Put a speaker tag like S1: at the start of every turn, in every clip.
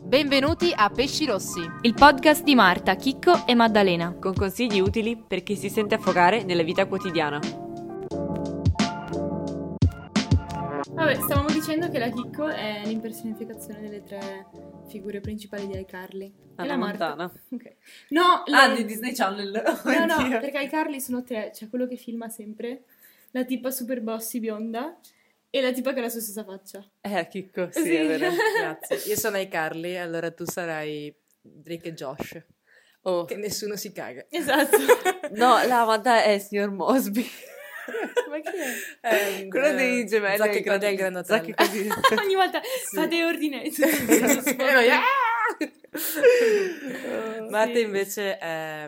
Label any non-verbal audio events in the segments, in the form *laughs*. S1: Benvenuti a Pesci Rossi.
S2: Il podcast di Marta, Chicco e Maddalena.
S3: con consigli utili per chi si sente affogare nella vita quotidiana.
S4: Vabbè, stavamo dicendo che la Chicco è l'impersonificazione delle tre figure principali di iCarly. e
S3: Anna
S4: la Marta.
S3: Montana.
S4: Ok. No, le-
S3: Ah, di Disney Channel.
S4: no, no,
S3: *laughs* Oddio.
S4: perché iCarly sono tre. C'è quello che filma sempre, la tipa super bossy bionda e la tipa che ha la sua stessa faccia.
S3: Eh, chicco, sì,
S4: Sì.
S3: è
S4: *laughs*
S3: vero. Grazie.
S5: Io sono ai Carly, allora tu sarai Drake e Josh.
S3: Oh.
S5: Che nessuno si
S4: *laughs*
S5: caga.
S3: *laughs*
S4: Esatto.
S3: No, la Amanda è il signor Mosby.
S4: *laughs* Ma chi è?
S5: Ehm,
S4: *laughs*
S3: Quello
S5: eh,
S3: dei gemelli.
S5: Zac e Cody al Grand Hotel.
S3: Zac e Cody.
S4: Ogni volta fate ordine. *laughs*
S3: Eh,
S5: E noi,
S3: Ah!
S5: Marta
S4: Oh, Sì.
S5: invece è...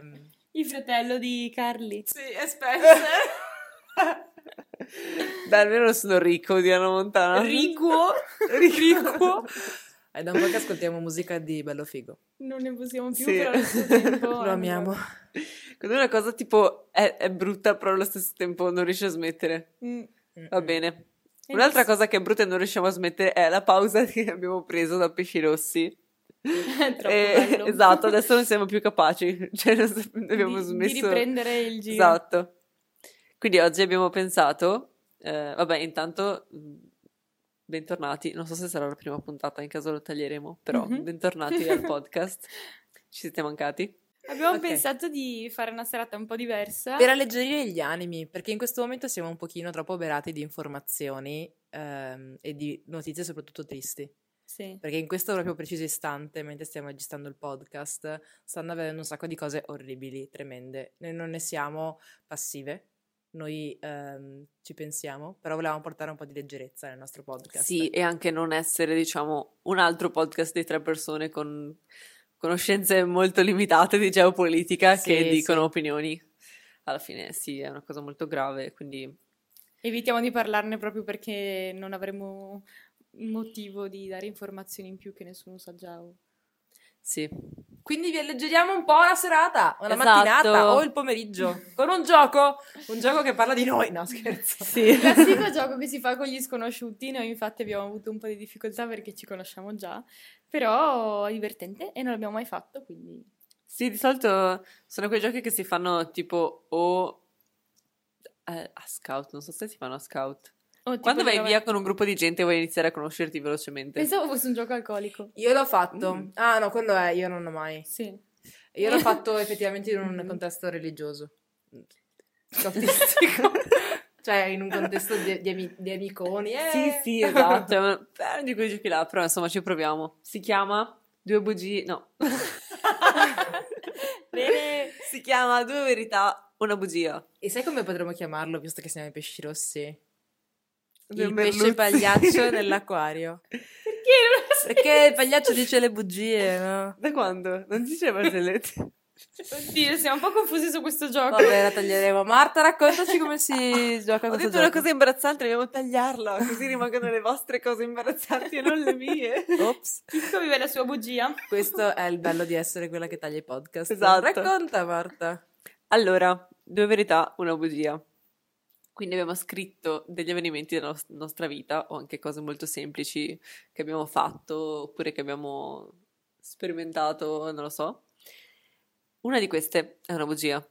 S4: Il fratello di Carly.
S5: Sì, è Spencer.
S3: Beh, almeno sono ricco di Anna Montana. *laughs*
S4: Rico.
S3: Ricco.
S5: È da un po' che ascoltiamo musica di Bello Figo.
S4: Non ne possiamo più,
S3: Sì.
S4: però allo stesso
S3: *laughs*
S4: tempo... eh,
S5: Lo amiamo.
S3: Quando una cosa tipo è, è brutta, però allo stesso tempo non riesce a smettere.
S4: Mm.
S3: Va bene. Un'altra cosa che è brutta e non riusciamo a smettere è la pausa *laughs* che abbiamo preso da Pesci Rossi.
S4: *laughs* È troppo
S3: Eh,
S4: bello.
S3: *laughs*
S4: *laughs*
S3: esatto, adesso non siamo più capaci, *laughs* cioè non sa- abbiamo
S4: Di-
S3: smesso.
S4: Di riprendere il giro.
S3: Esatto. Quindi oggi abbiamo pensato, eh, vabbè, intanto mh, bentornati, non so se sarà la prima puntata, in caso lo taglieremo, però
S4: Mhm. *laughs*
S3: bentornati al podcast. Ci siete mancati?
S4: Abbiamo
S5: Ok.
S4: pensato di fare una serata un po' diversa.
S5: Per alleggerire gli animi, perché in questo momento siamo un pochino troppo berati di informazioni ehm, e di notizie soprattutto tristi.
S4: Sì.
S5: Perché in questo proprio preciso istante, mentre stiamo registrando il podcast, stanno avvenendo un sacco di cose orribili, tremende. Noi non ne siamo passive, noi ehm, ci pensiamo, però volevamo portare un po' di leggerezza nel nostro podcast.
S3: Sì, e anche non essere, diciamo, un altro podcast di tre persone con conoscenze molto limitate di geopolitica
S5: Sì,
S3: che
S5: sì.
S3: dicono opinioni. Alla fine sì, è una cosa molto grave, quindi
S4: Evitiamo di parlarne proprio perché non avremo motivo di dare informazioni in più che nessuno sa già. oh. o-
S3: sì.
S5: Quindi vi alleggeriamo un po' la serata, o la
S3: Esatto.
S5: mattinata o il pomeriggio, con un gioco, un gioco che parla di noi. No, scherzo.
S3: Sì. *laughs*
S4: Classico gioco che si fa con gli sconosciuti, noi infatti abbiamo avuto un po' di difficoltà perché ci conosciamo già, però è divertente e non l'abbiamo mai fatto, quindi oh,
S3: Sì, di solito sono quei giochi che si fanno tipo o eh, a scout, non so se si fanno a scout.
S4: Oh, tipo
S3: Quando vai
S4: dove- Esatto.
S3: via con un gruppo di gente e vuoi iniziare a conoscerti velocemente. *laughs*
S4: Pensavo fosse un gioco alcolico.
S5: Io l'ho fatto.
S3: Mm.
S5: Ah no, quello è, io non ho mai.
S4: Sì.
S5: Io l'ho *laughs* fatto effettivamente in un
S3: Mm.
S5: contesto *laughs* religioso, scottistico, *laughs* cioè in un contesto di, di ami- di amiconi. eh.
S3: Sì, *laughs* sì, esatto. È un- è uno di quei giochi là, però insomma ci proviamo. Si chiama Due bugie, no.
S4: Bene.
S3: *laughs* Si chiama Due verità, una bugia.
S5: E sai come potremmo chiamarlo, visto che siamo i pesci rossi?
S3: Due
S5: il pesce
S3: merluzzi. *laughs*
S5: pagliaccio nell'acquario.
S4: Perché non lo
S5: *laughs*
S4: sai?
S5: Perché il pagliaccio dice le bugie, no?
S3: Da quando? Non si diceva se le- *laughs*
S4: Oddio, siamo un po' confusi su questo gioco.
S5: Vabbè, la taglieremo. Marta, raccontaci come *laughs* si gioca
S3: Ho
S5: questo
S3: detto una
S5: gioco.
S3: cosa imbarazzante, dobbiamo tagliarla, così rimangono le vostre cose imbarazzanti e non le *laughs* mie.
S5: Ops.
S4: Chicco vive la sua bugia.
S5: Questo è il bello di essere quella che taglia i podcast.
S3: Esatto.
S5: Racconta, Marta.
S3: Allora, due verità, una bugia. Quindi abbiamo scritto degli avvenimenti della nos- nostra vita o anche cose molto semplici che abbiamo fatto oppure che abbiamo sperimentato, non lo so. Una di queste è una bugia.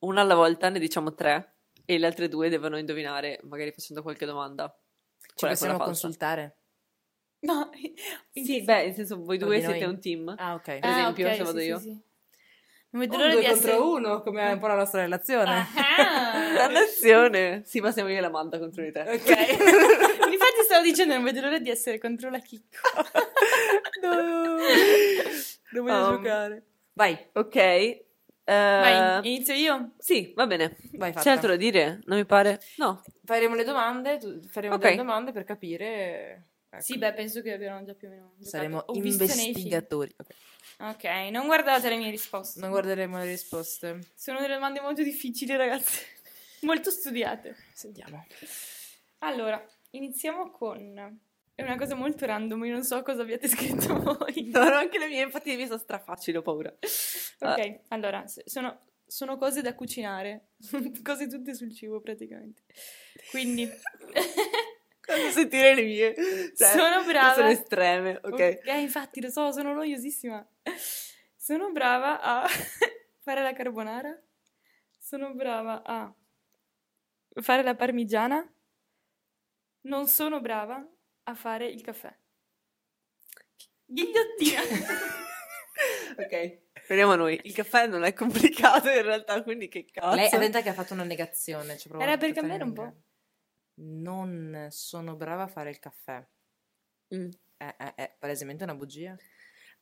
S3: Una alla volta ne diciamo tre e le altre due devono indovinare, magari facendo qualche domanda.
S5: Ci
S3: Qual è quella
S5: Cioè, possiamo
S3: falsa?
S5: consultare.
S4: No.
S3: Sì, beh, nel senso voi
S5: Tra
S3: due
S5: di noi.
S3: siete
S5: *laughs*
S3: un team.
S5: Ah, ok.
S3: per esempio, se vado io. Oh,
S4: Non vedo
S5: Un
S4: l'ora
S5: due
S4: di essere...
S5: contro uno, come è un po' la nostra relazione. *laughs*
S4: Ah.
S3: Dannazione! Sì, ma siamo io e la Manda contro di te.
S5: Ah, Ok.
S4: Infatti stavo dicendo, non vedo l'ora di essere contro la chicca.
S5: *laughs* no. Non voglio
S3: Um,
S5: giocare. Vai,
S3: Ok. eh,
S5: eh,
S4: Vai, inizio
S5: ecco.
S4: io.
S3: Sì, va bene.
S5: vai,
S3: C'è
S5: fatta.
S3: altro da dire? Non mi pare. No.
S5: Faremo le domande, tu- faremo
S3: Ok.
S5: delle domande per capire. ecco.
S4: Sì, beh, penso che abbiano già più o meno giocato.
S5: Saremo
S4: Ho visto nei film.
S5: investigatori. Ok.
S4: Ok, non guardate le mie risposte.
S5: Non guarderemo le risposte.
S4: Sono delle domande molto difficili, ragazze. *laughs* molto studiate.
S5: *laughs* Sentiamo.
S4: Allora, iniziamo con... È una cosa molto random, io non so cosa abbiate scritto voi.
S3: Non ho anche le mie, infatti mi sono strafacili, ho paura. Ah,
S4: Ok, allora, se- sono, sono cose da *laughs* cucinare, cose tutte sul cibo praticamente. Quindi,
S3: Quando sentire le mie. Cioè,
S4: sono brava.
S3: Sono estreme, ok.
S4: Eh, infatti, lo so, sono noiosissima. Sono brava a *laughs* fare la carbonara. Sono brava a fare la parmigiana. Non sono brava a fare il caffè. Ghigliottina.
S3: ok. Veniamo a noi. Il caffè non è complicato in realtà, quindi che cazzo.
S5: Lei attenta che ha fatto una negazione. cioè proprio
S4: Era per
S5: totale
S4: cambiare un po'.
S5: negazione. Non sono brava a fare il caffè.
S3: Mm.
S5: È, è- è palesemente una bugia.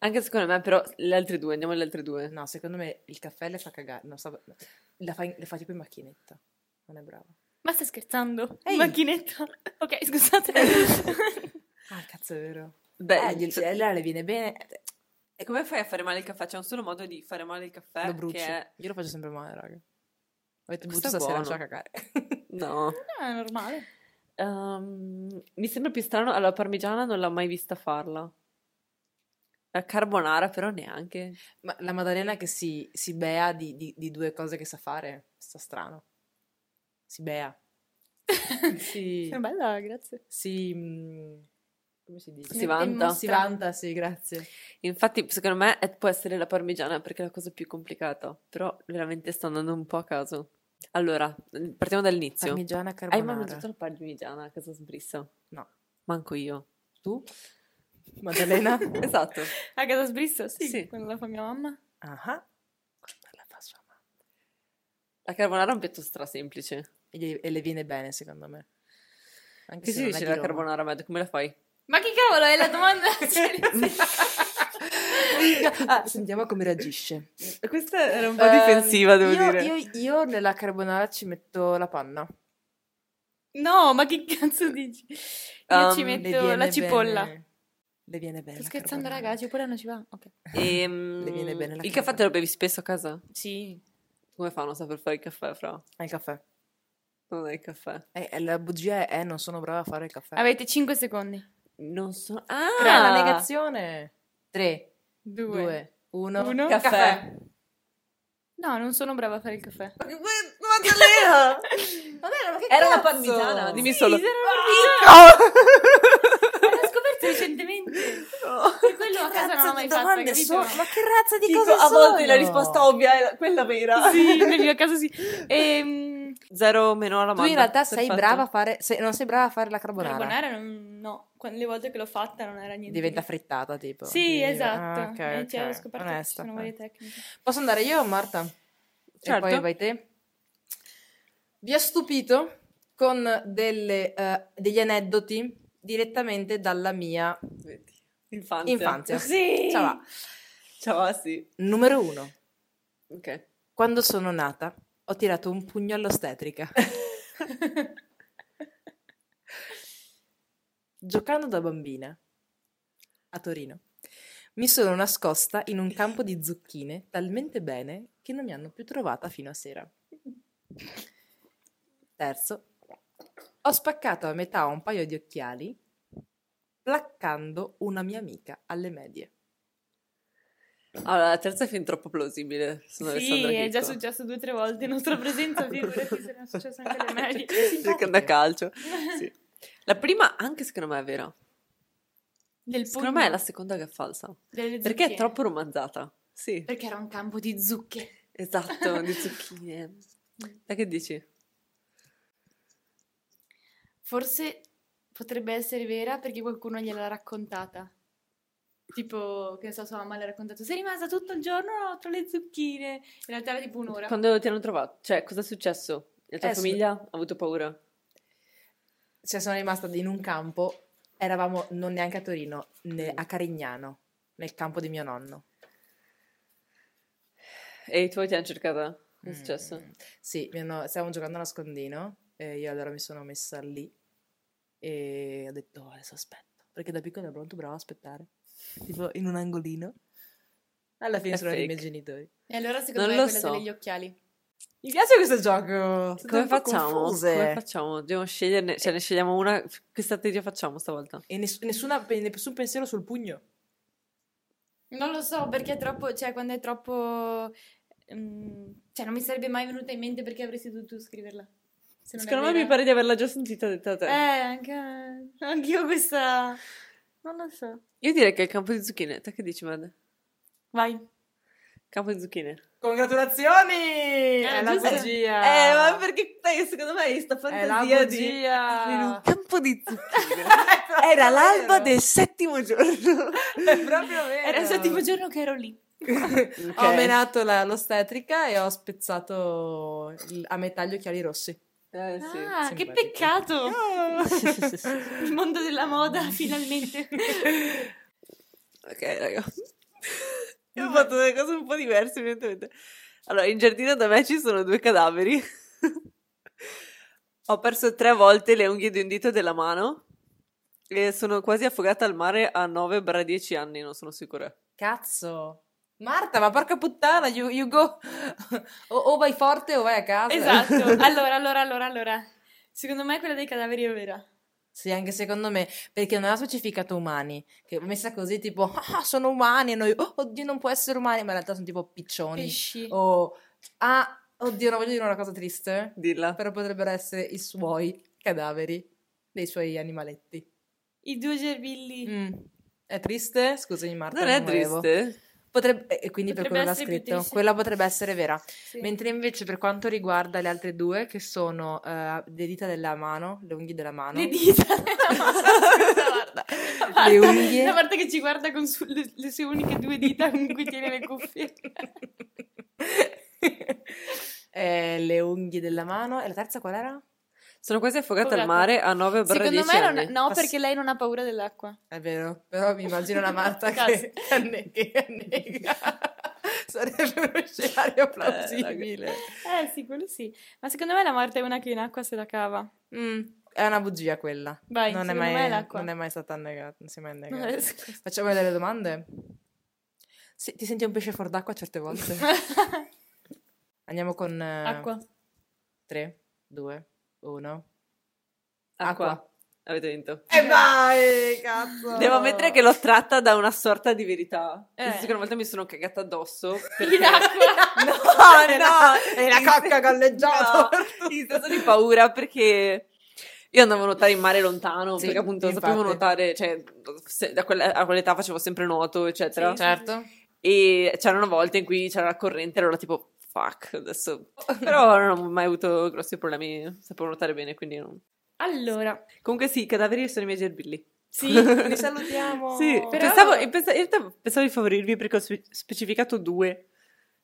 S3: Anche secondo me, però, le altre due, andiamo alle altre due.
S5: No, secondo me il caffè le fa cagare. No, sta- la fa, in- le fa tipo in macchinetta. Non è brava.
S4: Ma stai scherzando?
S5: Ehi.
S4: Macchinetta. Ok, scusate.
S5: Ah, cazzo, è vero.
S3: Beh,
S5: Eh, gli-
S3: cioè,
S5: allora le viene bene. eh,
S3: e eh, come fai a fare male il caffè? C'è un solo modo di fare male il caffè
S5: Lo brucio.
S3: che è...
S5: Io lo faccio sempre male, raga. Ho detto, brutto
S3: Questo è
S5: stasera,
S3: buono."
S5: c'ho a cagare. *laughs*
S3: No.
S4: No, Ah, è normale.
S3: Ehm, mi sembra più strano, alla parmigiana non l'ho mai vista farla. La carbonara però neanche.
S5: Ma la Maddalena che si, si bea di, di- di due cose che sa fare, sta strano. Si *laughs* bea. si,
S4: Sono bella, grazie.
S5: si, mm, come si dice?
S3: Si vanta.
S5: Si vanta, sì, grazie.
S3: Infatti, secondo me è- può essere la parmigiana perché è la cosa più complicata, però veramente sto andando un po' a caso. Allora, partiamo dall'inizio.
S5: Parmigiana
S3: Hai
S5: carbonara.
S3: mai mangiato la parmigiana a casa sbrissa?
S5: No.
S3: Manco *laughs* io.
S5: Tu? Maddalena? *laughs*
S3: Esatto.
S4: A casa sbrissa? Sì,
S3: Sì.
S4: quando la fa mia mamma.
S5: Ah, quando la fa sua mamma.
S3: La carbonara è un piatto strasemplice.
S5: E, gli- e le viene bene, secondo me. Anche se
S3: Che si
S5: non è
S3: dice
S5: di
S3: la
S5: Roma.
S3: carbonara, Mad? Come la *laughs* fai?
S4: Ma che cavolo è la domanda? *laughs* Cioè,
S5: *laughs* Ah, sentiamo come reagisce.
S3: Questa era un po'
S5: Ehm,
S3: difensiva, devo
S5: io,
S3: dire.
S5: Io, io nella carbonara ci metto la panna.
S4: No, ma che cazzo dici? Io ci
S3: Um,
S5: Le
S4: metto la
S5: viene
S4: cipolla.
S5: bene- Le viene bene.
S4: Sto
S5: la
S4: scherzando,
S5: carbonara.
S4: raga, la cipolla non ci va. Ok.
S3: Ehm,
S5: Le viene bene la
S3: il caffè
S5: carbonara.
S3: te lo bevi spesso a casa?
S4: Sì.
S3: Come fanno a saper fare il caffè, fra?
S5: Al caffè.
S3: Non è il caffè.
S5: Eh, eh, la bugia è non sono brava a fare il caffè.
S4: Avete 5 secondi.
S3: Non so... Ah!
S5: Tre, la negazione. 3,
S4: 2.
S5: 2, 1.
S4: Uno.
S3: Caffè.
S4: No, non sono brava a fare il caffè.
S3: Maddalena! *laughs*
S5: Vabbè, ma che
S3: Era la
S5: cazzo?
S3: parmigiana, dimmi solo.
S4: Sì, sono
S5: Ah!
S4: brava. L'ho scoperto recentemente. Per quello a casa non l'ho mai fatto,
S5: domande
S4: capito?
S5: sono? Ma che razza di
S3: Dico,
S5: cose
S3: a
S5: sono?
S3: volte la risposta ovvia è la- quella vera.
S4: Sì, nel mio caso sì. Ehm,
S3: Zero meno alla
S5: Tu
S3: mano.
S5: in realtà sei
S3: Perfetto.
S5: brava a fare... sei- non sei brava a fare la carbonara.
S4: carbonara non- no, Quando- le volte che l'ho fatta non era niente.
S5: Diventa
S4: di-
S5: frittata, tipo.
S4: Sì,
S5: Quindi-
S4: esatto.
S5: Ah, ok,
S4: Eh, cioè, ho
S5: ok.
S4: scoperto che ci
S5: Onesta,
S4: sono
S5: eh.
S4: varie tecniche.
S5: Posso andare io, Marta? E
S3: Certo.
S5: poi vai te. Vi ho stupito con delle, eh, degli aneddoti direttamente dalla mia
S3: Vedi. Infanzia. *laughs*
S5: infanzia.
S4: Sì!
S5: Ciao va.
S3: Ciao, ah, sì.
S5: Numero uno.
S3: Ok.
S5: Quando sono nata ho tirato un pugno all'ostetrica. Giocando da bambina a Torino mi sono nascosta in un campo di zucchine talmente bene che non mi hanno più trovata fino a sera. Terzo, ho spaccato a metà un paio di occhiali placcando una mia amica alle medie.
S3: Allora, la terza è fin troppo plausibile. Sono
S4: Sì,
S3: Alessandra
S4: è già
S3: Chicco.
S4: successo due o tre volte in
S3: *laughs*
S4: nostra presenza, figurati se ne è successo anche alle medie.
S3: Giocando a calcio. Sì. La prima, anche secondo me, è vera.
S4: Del
S3: Secondo me è la seconda che è falsa.
S4: delle
S3: Perché è
S4: zucchine.
S3: troppo romanzata.
S5: *laughs*
S3: Sì,
S4: Perché era un campo di zucche.
S3: esatto, di zucchine. Dai, che dici?
S4: Forse potrebbe essere vera perché qualcuno gliel'ha raccontata. Tipo, che ne so, sua mamma le ha raccontato, sei rimasta tutto il giorno tra le zucchine. In realtà era tipo un'ora.
S3: Quando ti hanno trovato? Cioè, cosa è successo? La tua
S5: Eh, sì.
S3: famiglia ha avuto paura?
S5: Cioè sono rimasta in un campo, eravamo non neanche a Torino, ne- a Carignano, nel campo di mio nonno.
S3: E i tuoi ti hanno cercata? Cosa è
S5: Mm.
S3: successo?
S5: Sì, mi hanno- stavamo giocando a nascondino e io allora mi sono messa lì e ho detto "Oh, adesso aspetto, perché da piccola ero molto brava a aspettare, tipo in un angolino. Alla fine
S3: È
S5: sono i miei
S3: fake.
S5: genitori.
S4: E allora secondo
S3: Non
S4: me è
S3: lo
S4: quella
S3: so.
S4: degli occhiali.
S5: Mi piace questo gioco. Siete
S3: Come
S5: un po'
S3: facciamo?
S5: confuse. Eh.
S3: Come facciamo? Dobbiamo sceglierne, cioè ne scegliamo una. Che strategia facciamo stavolta?
S5: E ness- nessuna- nessun pensiero sul pugno.
S4: Non lo so perché è troppo, cioè quando è mm, troppo... ehm, cioè non mi sarebbe mai venuta in mente perché avresti dovuto scriverla. se non è
S3: Secondo me
S4: vera.
S3: mi pare di averla già sentita detta a te.
S4: Eh, anche anch'io questa... Non lo so.
S3: Io direi che è il campo di zucchine. Te che dici, Mad?
S4: Vai.
S3: Campo di zucchine.
S5: Congratulazioni!
S4: Eh,
S5: è la
S4: giusto.
S5: bugia!
S3: Eh, ma perché te, secondo me hai sta
S5: Ah. È la
S3: fantasia di... In un
S5: bugia!
S3: campo di zucchine.
S5: È
S3: *laughs*
S5: proprio
S3: Era l'alba
S5: vero.
S3: del settimo giorno.
S5: È proprio vero!
S4: Era il settimo giorno che ero lì.
S3: Oh,
S5: Ho menato la- l'ostetrica e ho spezzato il- a metà gli occhiali rossi.
S3: Eh, sì.
S4: ah, che
S5: simpatico.
S4: peccato! Il mondo della moda, finalmente.
S3: Ok,
S4: *laughs*
S3: raga. Io ho fatto delle cose un po' diverse, evidentemente. Allora, in giardino da me ci sono due cadaveri. *laughs* ho perso tre volte le unghie di un dito della mano e sono quasi affogata al mare a 9 10 anni, non sono sicura.
S5: Cazzo! Marta, ma porca puttana, you, you go! o, o vai forte o vai a casa.
S4: esatto. Allora, allora, allora, allora. Secondo me quella dei cadaveri è vera.
S5: Sì, anche secondo me, perché non ha specificato umani, che è messa così tipo, ah, sono umani, e noi, oh, oddio, non può essere umani, ma in realtà sono tipo piccioni.
S4: Pesci.
S5: o, ah, oddio, non voglio dire una cosa triste,
S3: Dilla.
S5: però potrebbero essere i suoi cadaveri, dei suoi animaletti.
S4: I due gerbilli.
S5: Mm. È triste? Scusami Marta,
S3: Non è
S5: volevo.
S3: triste?
S5: Potrebbe, e quindi per
S4: Potrebbe
S5: quello l'ha
S4: essere più
S5: scritto.
S4: triste.
S5: Quella potrebbe essere vera.
S4: Sì.
S5: Mentre invece per quanto riguarda le altre due, che sono eh, le dita della mano, le unghie della mano, *laughs*
S4: Le dita della mano. Scusa, guarda. La
S5: Le
S4: Marta-
S5: unghie.
S4: La Marta che ci guarda con su- le, le sue uniche due dita con cui tiene le cuffie.
S5: *laughs* Eh, le unghie della mano. E la terza qual era?
S3: Sono quasi affogata
S4: Affogata.
S3: al mare a 9
S4: Secondo
S3: 10
S4: me
S3: anni.
S4: non, no,
S5: Pass-
S4: perché lei non ha paura dell'acqua.
S5: È vero, però mi immagino la
S4: *laughs*
S5: Marta che, che anne- che annega. *laughs* Sarebbe uno scenario plausibile.
S4: Eh sì, quello sì. Ma secondo me la Marta è una che in acqua se la cava.
S5: Mm, è una bugia quella.
S4: Vai,
S5: non, è
S4: secondo
S5: mai, eh,
S4: me è l'acqua.
S5: non è mai stata annegata. Non si è mai
S4: *laughs* No,
S5: annegata.
S4: adesso-
S5: Facciamo delle domande. Sì, ti senti un pesce fuor d'acqua certe
S4: *laughs*
S5: volte? Andiamo con eh,
S4: Acqua.
S5: 3, 2, 1.
S3: Acqua.
S5: Acqua.
S3: Avete vinto.
S5: E vai, cazzo!
S3: Devo ammettere che l'ho tratta da una sorta di verità.
S4: Eh.
S3: La seconda volta mi sono
S5: *laughs*
S3: cagata addosso.
S4: In acqua.
S3: *laughs*
S5: No,
S3: no,
S5: è la cocca galleggiata.
S3: No, *laughs* in senso di paura perché io andavo a nuotare in mare lontano
S5: Sì,
S3: perché appunto sapevo
S5: infatti.
S3: nuotare, cioè se- da quella- a quell'età facevo sempre nuoto, eccetera.
S4: Sì.
S5: Certo.
S3: E c'era una volta in cui c'era la corrente e allora tipo
S5: *laughs*
S3: fuck, adesso però non ho mai avuto grossi problemi, sapevo nuotare bene, quindi non.
S4: Allora,
S3: Comunque sì, i cadaveri sono i miei gerbilli.
S5: *laughs*
S4: sì,
S5: Li salutiamo.
S3: Sì,
S4: Oh.
S3: pensavo, in pensa- in realtà pensavo di favorirvi perché ho spe- specificato due.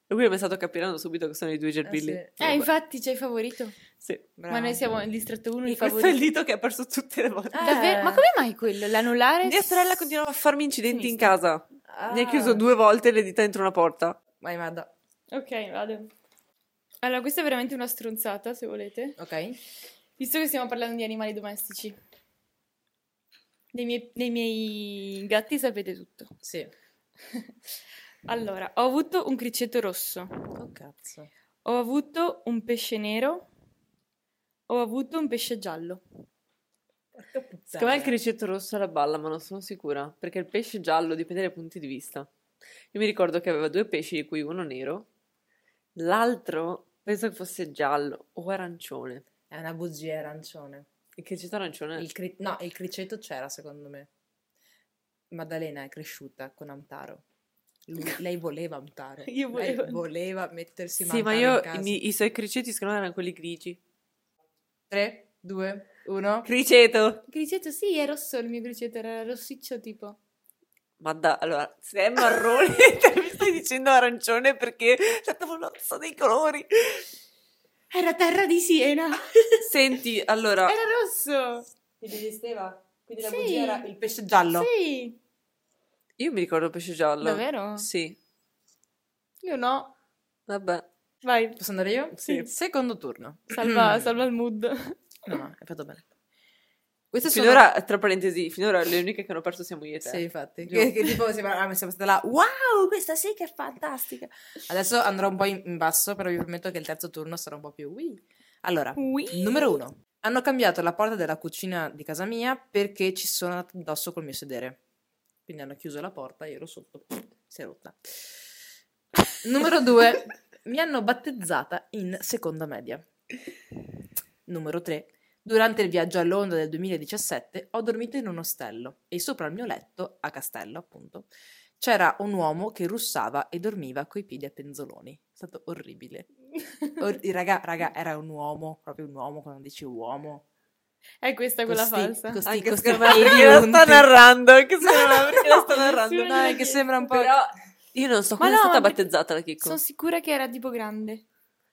S3: E lui mi è stato capirando subito che sono i due gerbilli. Cioè,
S5: Eh
S4: Eh, infatti ci hai favorito.
S3: Sì.
S4: Ma noi siamo il distretto 1, il
S3: E questo è il
S4: favorito.
S3: dito che ha perso tutte le volte.
S5: Eh.
S4: Davvero? Ma come mai quello? L'anulare?
S3: Mia sorella continuava a farmi incidenti in
S4: Ah, Sinistra. Ah.
S3: casa. Mi ha chiuso due volte le dita dentro una porta.
S5: Ah. Vai, Madda.
S4: Ok, vado. Allora, questa è veramente una stronzata, se volete.
S5: Ok.
S4: Visto che stiamo parlando di animali domestici. Dei miei, dei miei gatti sapete tutto. *laughs*
S5: Sì.
S4: Allora, ho avuto un criceto rosso,
S5: Oh, cazzo.
S4: ho avuto un pesce nero, ho avuto un pesce giallo.
S5: Porca puttana.
S3: Secondo me il cricetto rosso alla balla, ma non sono sicura. Perché il pesce giallo dipende dai punti di vista. Io mi ricordo che aveva due pesci, di cui uno nero, l'altro penso che fosse giallo o arancione.
S5: È una bugia arancione.
S3: Il cricetto arancione.
S5: Il cri- No, il criceto c'era, secondo me. Maddalena è cresciuta con Amtaro. Lui- Lei voleva Amtaro.
S4: Io
S5: Lei
S4: volevo-
S5: voleva mettersi
S3: Sì, ma
S5: Amtaro
S3: io
S5: in
S3: i,
S5: casa.
S3: miei- i suoi criceti secondo me erano quelli grigi.
S5: 3, 2, 1.
S3: Criceto!
S4: Il criceto, sì, è rosso il mio criceto, era rossiccio tipo.
S3: Ma da, allora, se è marrone, *laughs* te mi stai dicendo arancione perché la tavolozza dei colori.
S4: Era terra di Siena!
S3: Senti, allora,
S5: Eh,
S4: Era rosso!
S5: Ti resisteva? Quindi
S4: la Sì. bugia era
S5: il pesce giallo.
S4: Sì!
S3: io mi ricordo pesce giallo.
S4: Davvero?
S3: Sì,
S4: Io no.
S3: vabbè.
S4: Vai,
S5: Posso andare io?
S3: Sì.
S5: Secondo turno. *clears throat* Mm.
S4: salva, salva il mood.
S5: No, no, hai fatto bene. Queste
S3: Finora, tra parentesi, finora le uniche che hanno perso siamo io e te.
S5: Sì, infatti.
S3: Giusto.
S5: Che, che tipo sembra, ah, siamo state là. Wow, questa sì che è fantastica. Adesso andrò un po' in, in basso, però vi prometto che il terzo turno sarà un po' più. Ui. Allora,
S4: Ui.
S5: numero uno. Hanno cambiato la porta della cucina di casa mia perché ci sono andata addosso col mio sedere. Quindi hanno chiuso la porta, io ero sotto. Si è rotta. Numero due. Mi hanno battezzata in seconda media. Numero 3. Durante il viaggio a Londra del 2017 ho dormito in un ostello e sopra il mio letto, a Castello appunto, c'era un uomo che russava e dormiva coi piedi a penzoloni. È stato orribile. Or- raga, raga, era un uomo, proprio un uomo, quando dici uomo.
S4: *laughs* È questa quella
S5: Costi-
S4: falsa.
S5: costi-
S3: Anche
S5: costi
S3: secondo me
S5: piedi
S3: *laughs* perché la sta
S5: unti.
S3: narrando, anche secondo me
S5: *laughs*
S3: perché la sta narrando.
S4: Nessuno
S5: No, è che sembra un po'...
S3: Però io non so
S4: Ma
S3: come
S4: no,
S3: è stata
S4: ma-
S3: battezzata la Chicco.
S4: Sono sicura che era tipo grande.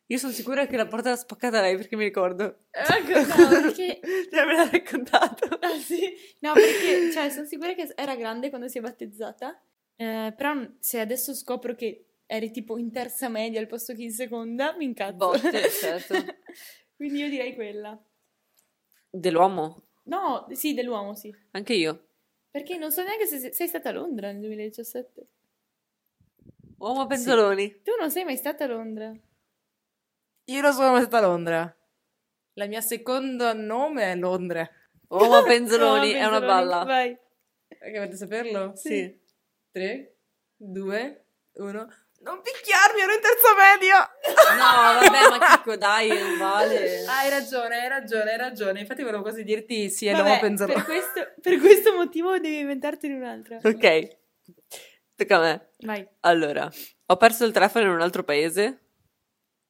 S3: Io sono sicura che la porta l'ha spaccata lei perché mi ricordo.
S4: Eh, ecco, *laughs* no,
S3: *laughs*
S4: perché...
S3: Cioè, me l'ha raccontato.
S4: Ah, sì? No, perché cioè, sono sicura che era grande quando si è battezzata. Eh, però se adesso scopro che eri tipo in terza media al posto che in seconda, mi
S3: *laughs*
S4: incazzo.
S3: Botte, certo.
S4: *laughs* Quindi io direi quella.
S3: Dell'uomo?
S4: No, sì, dell'uomo, sì.
S3: Anche io.
S4: Perché non so neanche se se- sei stata a Londra nel 2017.
S3: Uomo a penzoloni.
S4: Tu non sei mai stata a Londra.
S5: Io non sono mai stata a Londra. La mia seconda nome è Londra.
S3: Uomo a penzoloni,
S4: No,
S3: è una
S4: Penzoloni,
S3: balla.
S4: Vai.
S5: Ok, Eh, volete saperlo?
S3: Sì.
S5: 3, 2, 1. Non picchiarmi, ero in terza *laughs* media!
S3: No, vabbè, ma Chicco,
S5: *laughs*
S3: dai, non vale.
S5: Ah, hai ragione, hai ragione, hai ragione. Infatti volevo quasi dirti sì, è
S4: Vabbè,
S5: l'uomo penzolone.
S4: per, questo, per questo motivo devi inventartene un'altra.
S3: Ok. Tocca a me.
S4: Vai.
S3: Allora, ho perso il telefono in un altro paese.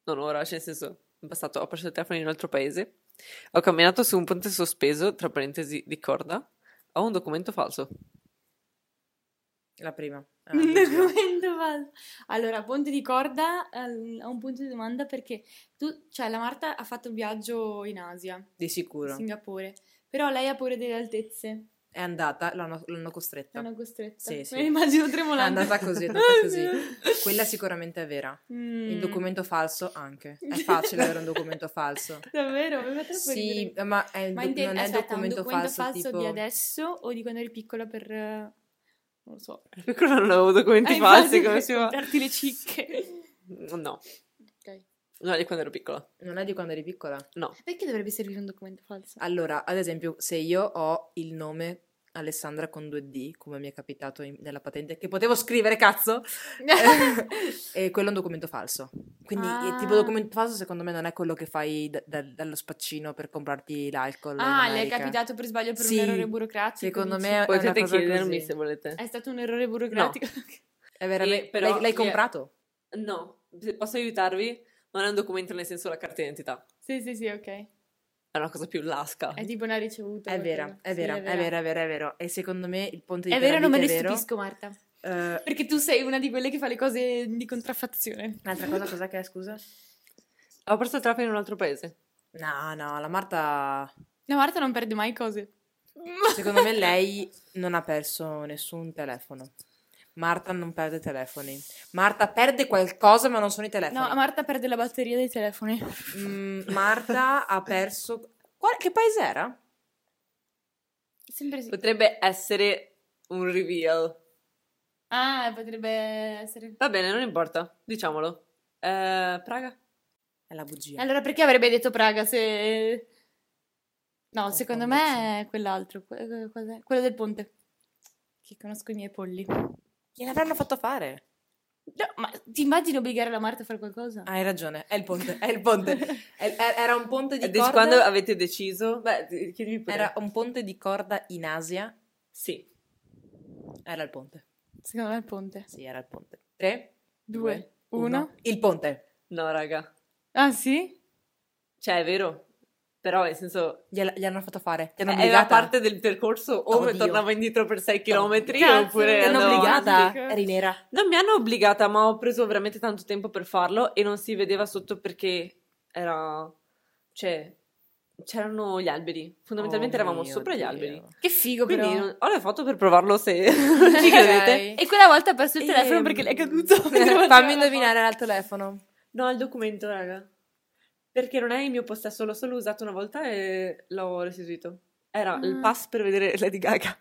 S3: Non ora, cioè nel senso, in passato ho perso il telefono in un altro paese. Ho camminato su un ponte sospeso, tra parentesi, di corda. Ho un documento falso.
S5: La *laughs* prima. Ah,
S4: *laughs* Un
S5: bugia.
S4: documento falso. Allora, ponte di corda, eh, ho un punto di domanda perché tu, cioè la Marta ha fatto un viaggio in Asia,
S5: Di sicuro.
S4: Singapore, però lei ha paura delle altezze,
S5: È andata, l'hanno, l'hanno costretta.
S4: è una costretta.
S5: Sì, sì.
S4: Me la *laughs* immagino
S5: È
S4: tremolante.
S5: andata così, è andata così. Quella sicuramente è vera.
S4: Mm.
S5: Il
S4: *laughs*
S5: documento falso anche. È facile avere un documento falso.
S4: Davvero, mi fa troppo
S5: Sì,
S4: ridere.
S5: ma, è il
S4: Ma
S5: doc-
S4: inte-
S5: non è
S4: aspetta,
S5: documento,
S4: un documento
S5: falso, tipo...
S4: di adesso o di quando eri piccola per... eh, non lo so.
S3: Ancora non avevo documenti
S4: Hai
S3: falsi,
S4: Ah, infatti
S3: come
S4: per
S3: si fa? *laughs*
S4: contarti le cicche.
S3: No,
S4: Ok.
S3: no, di quando ero piccola.
S5: Non è di quando eri piccola?
S4: Perché dovrebbe servire un documento *laughs* falso?
S5: Allora, ad esempio, se io ho il nome Alessandra con 2D, come mi è capitato in- nella patente, che potevo scrivere, cazzo,
S4: *laughs*
S5: *laughs* e quello è un documento falso. Quindi il tipo
S4: Ah.
S5: documento falso secondo me non è quello che fai da- da- dallo spaccino per comprarti l'alcol in
S4: Ah, le è
S5: America.
S4: capitato per sbaglio per
S5: Sì,
S4: un errore burocratico.
S5: Secondo
S4: dici?
S5: me è una
S3: Potete
S5: cosa
S3: chiedermi
S5: così.
S3: se volete.
S4: È stato un errore burocratico.
S5: È veramente...
S3: Eh, però
S5: l'hai, l'hai
S3: chi è?
S5: comprato?
S3: Eh, No, se posso aiutarvi? Non è un documento nel senso la carta d'identità.
S4: *laughs* sì, sì, sì, ok.
S3: È una cosa più lasca.
S4: È tipo una ricevuta.
S5: È
S4: qualcosa.
S5: vera, è
S4: Sì,
S5: vera, è vera, è vera, è vero. E secondo me il ponte di
S4: È vero, non me ne
S5: Piramide è vero.
S4: stupisco, Marta.
S5: Eh,
S4: Perché tu sei una di quelle che fa le cose di contraffazione.
S5: un'altra cosa, cos'è che è, scusa?
S3: Ho perso il telefono in un altro paese.
S5: No, no, la Marta...
S4: La Marta non perde
S5: *laughs*
S4: mai cose.
S5: Secondo me lei non ha perso nessun telefono. Marta non perde telefoni. Marta perde qualcosa, ma non sono i telefoni.
S4: No, Marta perde la batteria dei telefoni.
S5: Mm, Marta ha perso. Qual- Che paese era?
S4: Sempre sì.
S3: Potrebbe essere un reveal.
S4: Ah, potrebbe essere...
S3: Va bene, non importa, diciamolo. Eh, Praga?
S5: È la bugia.
S4: Allora perché avrebbe detto Praga se... No,
S5: Per
S4: secondo me è quell'altro. que- cos'è? Quello del ponte. Che conosco i miei polli.
S5: Gliel'avranno fatto fare.
S4: No, ma ti immagini obbligare la Marta a fare qualcosa?
S5: Ah, hai ragione. È il ponte. È il *laughs* ponte. È- è- era un ponte di
S3: Dici
S5: corda.
S3: quando avete deciso? Beh, di- chiedimi pure.
S5: Era un ponte di corda in Asia.
S3: Sì.
S5: Era il ponte.
S4: Secondo me è il ponte.
S5: Sì, era il ponte. 3,
S4: Due, uno.
S5: Il ponte.
S3: No, raga.
S4: Ah sì?
S3: Cioè, è vero. Però, nel senso,
S5: Gliela- Gli hanno fatto fare. Ti hanno
S3: era Eh, la
S5: obbligata.
S3: parte del percorso o
S5: Oddio.
S3: tornavo indietro per 6 km
S4: Cazzo,
S3: oppure...
S5: Ti hanno
S4: No.
S5: obbligata.
S4: Dico-
S5: Eri nera.
S3: Non mi hanno obbligata, ma ho preso veramente tanto tempo per farlo e non si vedeva sotto perché era... cioè, c'erano gli alberi. Fondamentalmente
S5: Oh
S3: eravamo
S5: mio
S3: sopra gli
S5: Dio. *laughs*
S3: alberi.
S4: Che figo
S3: Quindi
S4: però.
S3: non- ho le foto per provarlo se non ci credete.
S5: Ok.
S4: E quella volta ha perso il
S5: Ehm,
S4: telefono perché le è
S3: *laughs*
S4: caduto.
S5: *laughs* Fammi indovinare al telefono.
S3: No, il documento, raga. Perché non è in mio possesso, l'ho solo usato una volta e l'ho restituito. Era il
S4: Ah.
S3: pass per vedere Lady Gaga.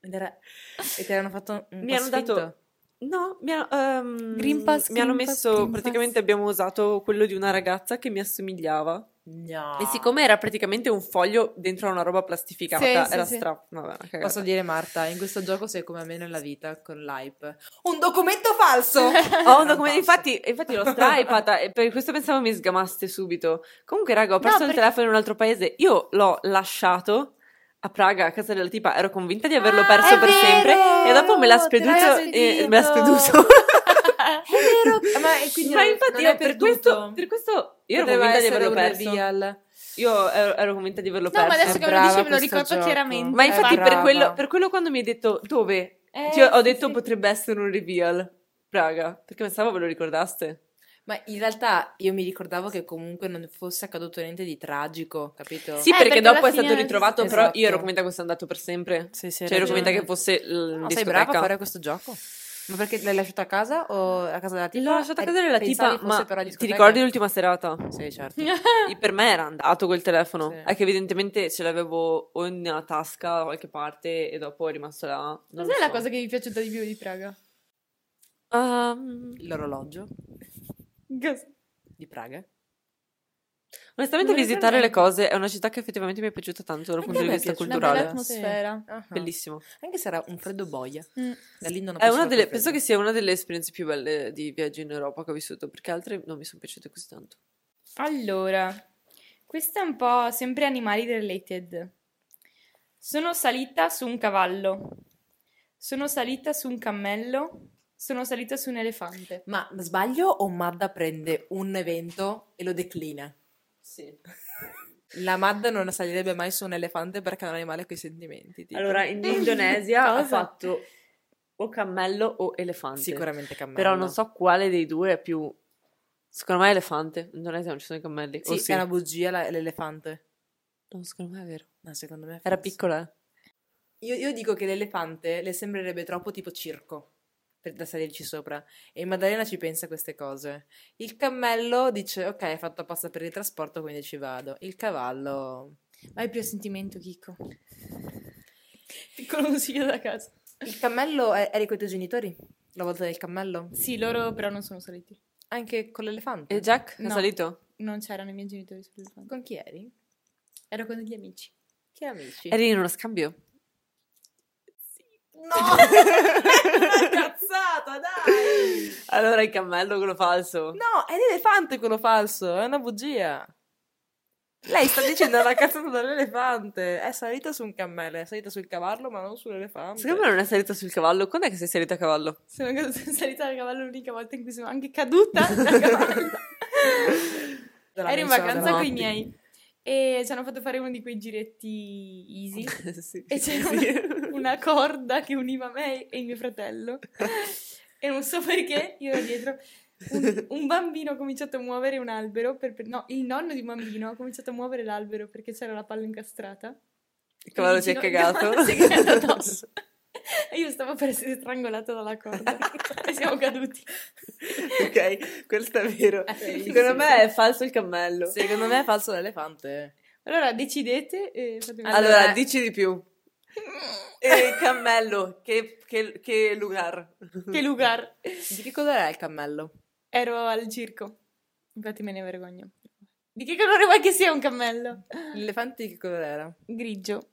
S5: Ed era- E ti hanno fatto un
S3: Mi hanno dato-
S5: passfitto?
S3: No, mi hanno, ehm,
S4: Green pass,
S3: mi hanno
S4: green pass,
S3: messo,
S4: green
S3: praticamente
S4: pass.
S3: abbiamo usato quello di una ragazza che mi assomigliava
S5: No.
S3: E siccome era praticamente un foglio dentro una roba plastificata,
S4: Sì, sì,
S3: era
S4: sì.
S3: stra... Vabbè, una cagata.
S5: Posso dire Marta, in questo gioco sei come me nella vita con l'hype. Un documento falso!
S3: Ho un documento, infatti, infatti l'ho stripata e per questo pensavo mi sgamaste subito. Comunque, raga, ho perso
S4: No,
S3: il
S4: perché-
S3: telefono in un altro paese. Io l'ho lasciato a Praga, a casa della tipa. Ero convinta di averlo
S4: Ah,
S3: perso
S4: è
S3: per
S4: vero!
S3: sempre. E dopo me l'ha
S4: Te
S3: speduto.
S4: l'hai
S3: e- me l'ha
S4: spedito! *laughs*
S3: speduto.
S5: Ma, e quindi
S3: *laughs* Ma
S5: non-
S3: infatti,
S5: non è
S3: eh, per
S5: perduto.
S3: questo, per questo io ero
S5: Poteva
S3: convinta di
S5: essere
S3: averlo
S5: un
S3: perso.
S5: reveal.
S3: Io ero, ero convinta di averlo
S4: No, ma
S3: perso.
S4: adesso che me lo
S5: brava
S4: dici me lo
S5: questo
S4: ricordo
S5: gioco.
S4: chiaramente.
S3: Ma infatti,
S5: Eh,
S3: per
S5: brava.
S3: quello, per quello quando mi hai detto dove,
S4: Eh,
S3: Cioè, ho
S4: sì,
S3: detto
S4: sì.
S3: potrebbe essere un reveal. Praga, perché pensavo ve lo ricordaste.
S5: Ma in realtà io mi ricordavo che comunque non fosse accaduto niente di tragico, capito?
S3: Sì,
S4: Eh,
S3: perché,
S4: perché
S3: dopo
S4: alla
S3: è stato
S4: fine-
S3: ritrovato,
S5: Esatto.
S3: però io ero convinta che fosse andato per sempre.
S5: sì, sì, hai
S3: Cioè, ero
S5: ragione.
S3: convinta che fosse il
S5: No, sei
S3: discoteca.
S5: brava a fare questo gioco. Ma perché l'hai lasciato a casa o a casa della tipa?
S3: L'ho lasciata a casa della
S5: Eh, Pensavi
S3: tipa,
S5: fosse
S3: ma
S5: però la
S3: ti
S5: discoteca?
S3: ricordi l'ultima serata?
S5: Sì,
S3: *laughs*
S5: certo.
S3: E per me era andato quel telefono.
S5: Sì.
S3: È che evidentemente ce l'avevo o nella tasca da qualche parte e dopo è rimasto là. Non
S4: Cos'è
S3: lo
S4: la
S3: so.
S4: cosa che vi è piaciuta di più di Praga?
S3: Ehm,
S5: L'orologio
S4: Cos-
S5: di Praga.
S3: onestamente,
S4: Non
S3: visitare le
S4: veramente.
S3: cose è una città che effettivamente mi è piaciuta tanto dal
S5: Anche
S3: punto
S5: a
S3: di
S5: me è
S3: vista
S5: piaciuta.
S4: Una bella
S3: culturale.
S4: atmosfera.
S5: Ah.
S3: Bellissimo.
S5: Anche se era un freddo boia.
S4: Mm.
S5: Da lì non ho
S3: È una
S5: passato
S3: delle-
S5: il
S3: penso che
S5: freddo.
S3: sia una delle esperienze più belle di viaggio in Europa che ho vissuto, perché altre non mi sono piaciute così tanto.
S4: Allora, questa è un po' sempre animali related. Sono salita su un cavallo. Sono salita su un cammello. Sono salita su un elefante.
S5: Ma sbaglio o Madda prende un evento e lo declina?
S3: Sì.
S5: La Madda non salirebbe mai su un elefante perché è un animale con i sentimenti. tipo.
S3: Allora, *laughs* in Indonesia ha
S4: Cosa?
S3: fatto o cammello o elefante.
S5: sicuramente cammello.
S3: Però non so quale dei due è più... Secondo me è elefante. In Indonesia non ci sono i cammelli.
S5: Sì,
S3: o sì.
S5: è una bugia la- l'elefante.
S3: No, secondo me è vero.
S5: No, secondo me è
S3: Era
S5: falso.
S3: piccola, eh?
S5: Io, io dico che l'elefante le sembrerebbe troppo tipo circo per da salirci sopra. E Maddalena ci pensa a queste cose. Il cammello dice: Ok, è fatto apposta per il trasporto, quindi ci vado. Il cavallo.
S4: Vai più a sentimento, Chico. Piccolo consiglio da casa.
S5: Il cammello è- eri con i tuoi genitori? La volta del cammello?
S4: Sì, loro però non sono saliti.
S5: Anche con l'elefante?
S3: E Jack? È
S4: No.
S3: salito?
S4: Non c'erano i miei genitori sull'elefante.
S5: Con chi eri?
S4: Ero con degli amici.
S5: Che amici?
S3: Eri in uno scambio?
S5: *laughs* cazzata, dai!
S3: Allora il cammello, quello falso.
S5: No, è l'elefante quello falso, è una bugia. Lei sta dicendo la cazzata dell'elefante. È salita su un cammello, è salita sul cavallo, ma non sull'elefante.
S3: Secondo me non è salito sul cavallo. Quando è che sei salito a cavallo?
S4: Sono, *laughs* sono salita dal cavallo l'unica volta in cui sono anche caduta *laughs* dal cavallo.
S5: Dalla
S4: Ero in
S5: mensola
S4: vacanza
S5: della
S4: con i
S5: notte.
S4: miei e ci hanno fatto fare uno di quei giretti easy
S3: *laughs* sì.
S4: e c'era una, una corda che univa me e mio fratello e non so perché io ero dietro. Un, un bambino ha cominciato a muovere un albero, per- per- no, il nonno di un bambino ha cominciato a muovere l'albero perché c'era la palla incastrata.
S3: Il cavallo
S4: Il
S3: ci è
S4: vicino- il
S3: cagato.
S4: cavallo *laughs* si è
S3: *laughs*
S4: cagato addosso. E io stavo per essere strangolata
S3: *laughs*
S4: dalla corda e siamo caduti.
S3: ok, questo è vero.
S4: Eh,
S3: Secondo
S4: sì,
S3: me è falso il cammello.
S5: Secondo me è falso l'elefante.
S4: Allora decidete eh, e fatemi
S3: Allora,
S5: Allora,
S3: dici di più. E il cammello, che, che, che lugar.
S4: *laughs* che lugar.
S5: Di che cosa era il cammello?
S4: Ero al circo. Infatti me ne vergogno. Di che colore vuoi che sia un cammello?
S5: L'elefante di che colore era?
S4: Grigio.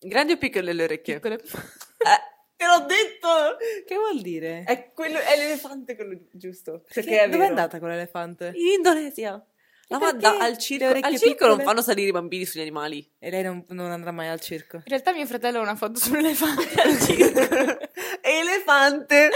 S3: Grandi o piccole le orecchie?
S4: Piccolo.
S3: Eh, te l'ho detto!
S5: Che vuol dire?
S3: È, quello, è l'elefante quello giusto. Perché
S5: Che-
S3: è
S5: Dove
S3: vero.
S5: è andata con l'elefante?
S3: In Indonesia. La
S5: perché
S3: vada al
S5: le
S3: circo.
S5: orecchie
S3: Al circo non
S5: piccole?
S3: fanno salire i bambini sugli animali.
S5: E lei non, non andrà mai al circo.
S4: In realtà mio fratello ha una foto sull'elefante
S5: *laughs*
S4: al circo.
S3: Elefante!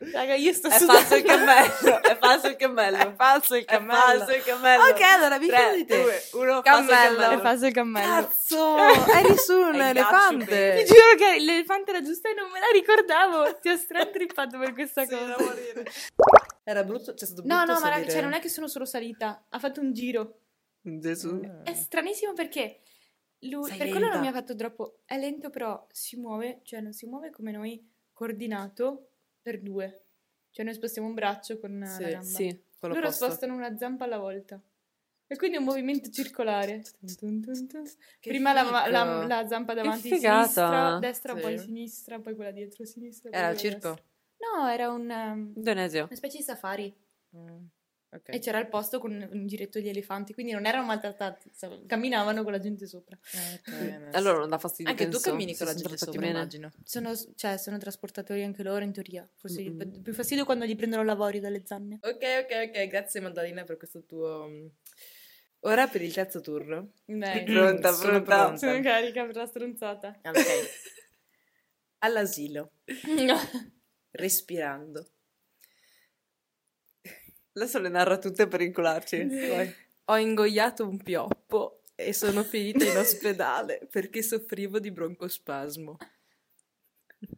S4: Raga, io sto
S3: È
S4: sudando.
S3: falso il cammello. *laughs* È falso il cammello. È falso il
S5: cammello.
S3: È falso il cammello.
S5: Ok, allora mi fido di te.
S3: 2, 1,
S5: Cammello.
S4: È falso il
S5: *laughs*
S4: cammello.
S5: Cazzo! Eri su un
S3: È il
S5: elefante!
S4: Ti giuro che l'elefante era giusto e non me la ricordavo. Ti ho strantrippato per questa cosa.
S3: *laughs*
S5: Era brutto, c'è stato brutto
S4: No, no, ma raga,
S5: salire.
S4: cioè, non è che sono solo salita, ha fatto un giro.
S3: Gesù.
S5: Mm.
S4: È stranissimo perché lui,
S5: Sei
S4: per quello non
S5: lenta.
S4: mi ha fatto troppo. È lento, però si muove, cioè non si muove come noi, coordinato per due. Cioè noi spostiamo un braccio con eh,
S5: Sì,
S4: la gamba.
S3: Sì.
S5: Quello
S4: Loro
S5: posto.
S4: spostano una zampa alla volta. E quindi è un movimento circolare. Tun, tun, tun.
S5: Che
S4: Prima la,
S5: figo.
S4: la- la zampa davanti
S3: figata.
S4: sinistra, destra,
S5: Sì.
S4: poi sinistra, poi quella dietro sinistra. poi
S5: Era al
S4: quella
S5: circo.
S4: destra. No, era un, ehm,
S3: Indonesia.
S4: una specie di safari.
S5: Mm. Ok.
S4: E c'era il posto con un giretto di elefanti, quindi non erano maltrattati, stavo- camminavano con la gente sopra.
S5: Ah, *laughs* ok, adesso.
S3: Allora non dà fastidio.
S5: anche tu
S3: penso,
S5: cammini
S3: se
S5: con la
S3: sono
S5: gente
S3: trattati
S5: sopra,
S3: bene.
S5: immagino.
S4: Sono, cioè, sono trasportatori anche loro in teoria, forse gli-
S3: Mm-mm.
S4: più fastidio quando gli prendono l'avorio dalle zanne.
S5: Ok, ok, ok, grazie Maddalena per questo tuo... mm, Ora per il terzo turno.
S4: Beh, *laughs*
S3: Pronta,
S5: Sono
S3: pronta.
S5: pronta.
S4: sono carica per
S5: *laughs*
S4: la stronzata.
S5: Ok. *laughs* All'asilo, respirando.
S3: Adesso le narra tutte per incolarci. vai.
S5: Ho ingoiato un pioppo e sono finita in ospedale perché soffrivo di broncospasmo.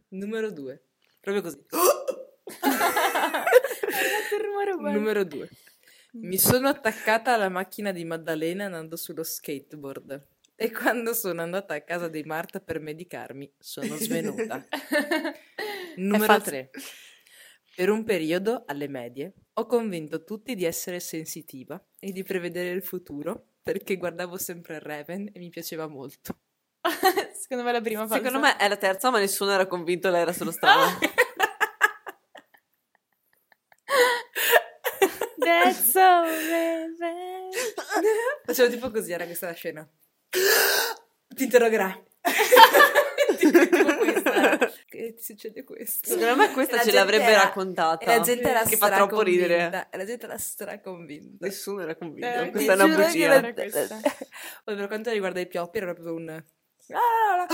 S5: Numero 2. Proprio così. Numero 2. Mi sono attaccata alla macchina di Maddalena andando sullo skateboard. E quando sono andata a casa di Marta per medicarmi, sono svenuta. Numero 3. Per un periodo, alle medie, ho convinto tutti di essere sensitiva e di prevedere il futuro perché guardavo sempre Raven e mi piaceva molto.
S4: *laughs* Secondo me la prima falsa.
S3: Secondo me è la terza, ma nessuno era convinto lei era solo
S5: Ah!
S3: strana.
S4: That's so baby.
S5: Facevo tipo così, era questa la scena. Ti
S3: *laughs*
S5: interrogerà. tipo questa. Che ti succede questo?
S3: Secondo me questa
S5: La
S3: ce
S5: gente
S3: l'avrebbe
S5: era-
S3: raccontata.
S5: E la gente era
S3: Che fa troppo ridere.
S5: straconvinta, e la gente era straconvinta.
S3: Nessuno era convinto.
S4: Eh, mi
S3: questa è una
S4: giuro che
S3: bugia. Eh,
S4: era questa.
S5: Poi per quanto riguarda i pioppi era proprio un... Ah,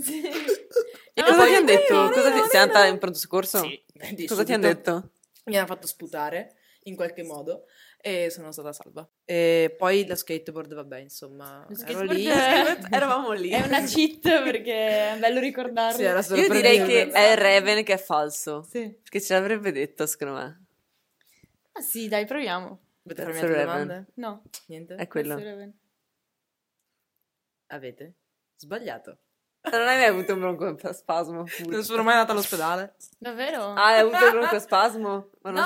S4: Sì.
S3: E
S4: No,
S3: cosa
S4: ma
S3: ti
S4: è
S3: hanno detto?
S4: vero,
S3: Cosa
S4: vero,
S3: ti- Sei andata
S4: vero.
S3: in pronto soccorso?
S5: Di
S3: Cosa ti hanno
S5: subito
S3: detto?
S5: Mi hanno fatto sputare in qualche modo e sono stata salva. E poi lo skateboard, vabbè, insomma, ero
S4: Lo
S5: *laughs*
S4: skateboard
S5: lì. Eh,
S4: è-
S3: Eravamo lì.
S4: È una cheat perché è bello ricordarlo.
S5: Sì, era solo
S3: Io
S5: per
S3: direi
S5: dire.
S3: che è Raven che è falso.
S4: Sì.
S3: Perché ce l'avrebbe detto, secondo me.
S4: Ah, sì, dai, proviamo.
S5: Avete farmi
S3: Terzo
S5: altre
S3: Raven.
S5: domande?
S4: No.
S5: Niente?
S3: È quello.
S4: questo era bene.
S5: Avete sbagliato.
S3: Non hai mai avuto un broncospasmo?
S5: Non sono mai andata all'ospedale.
S4: Davvero?
S3: Ah, hai avuto un broncospasmo? Ma non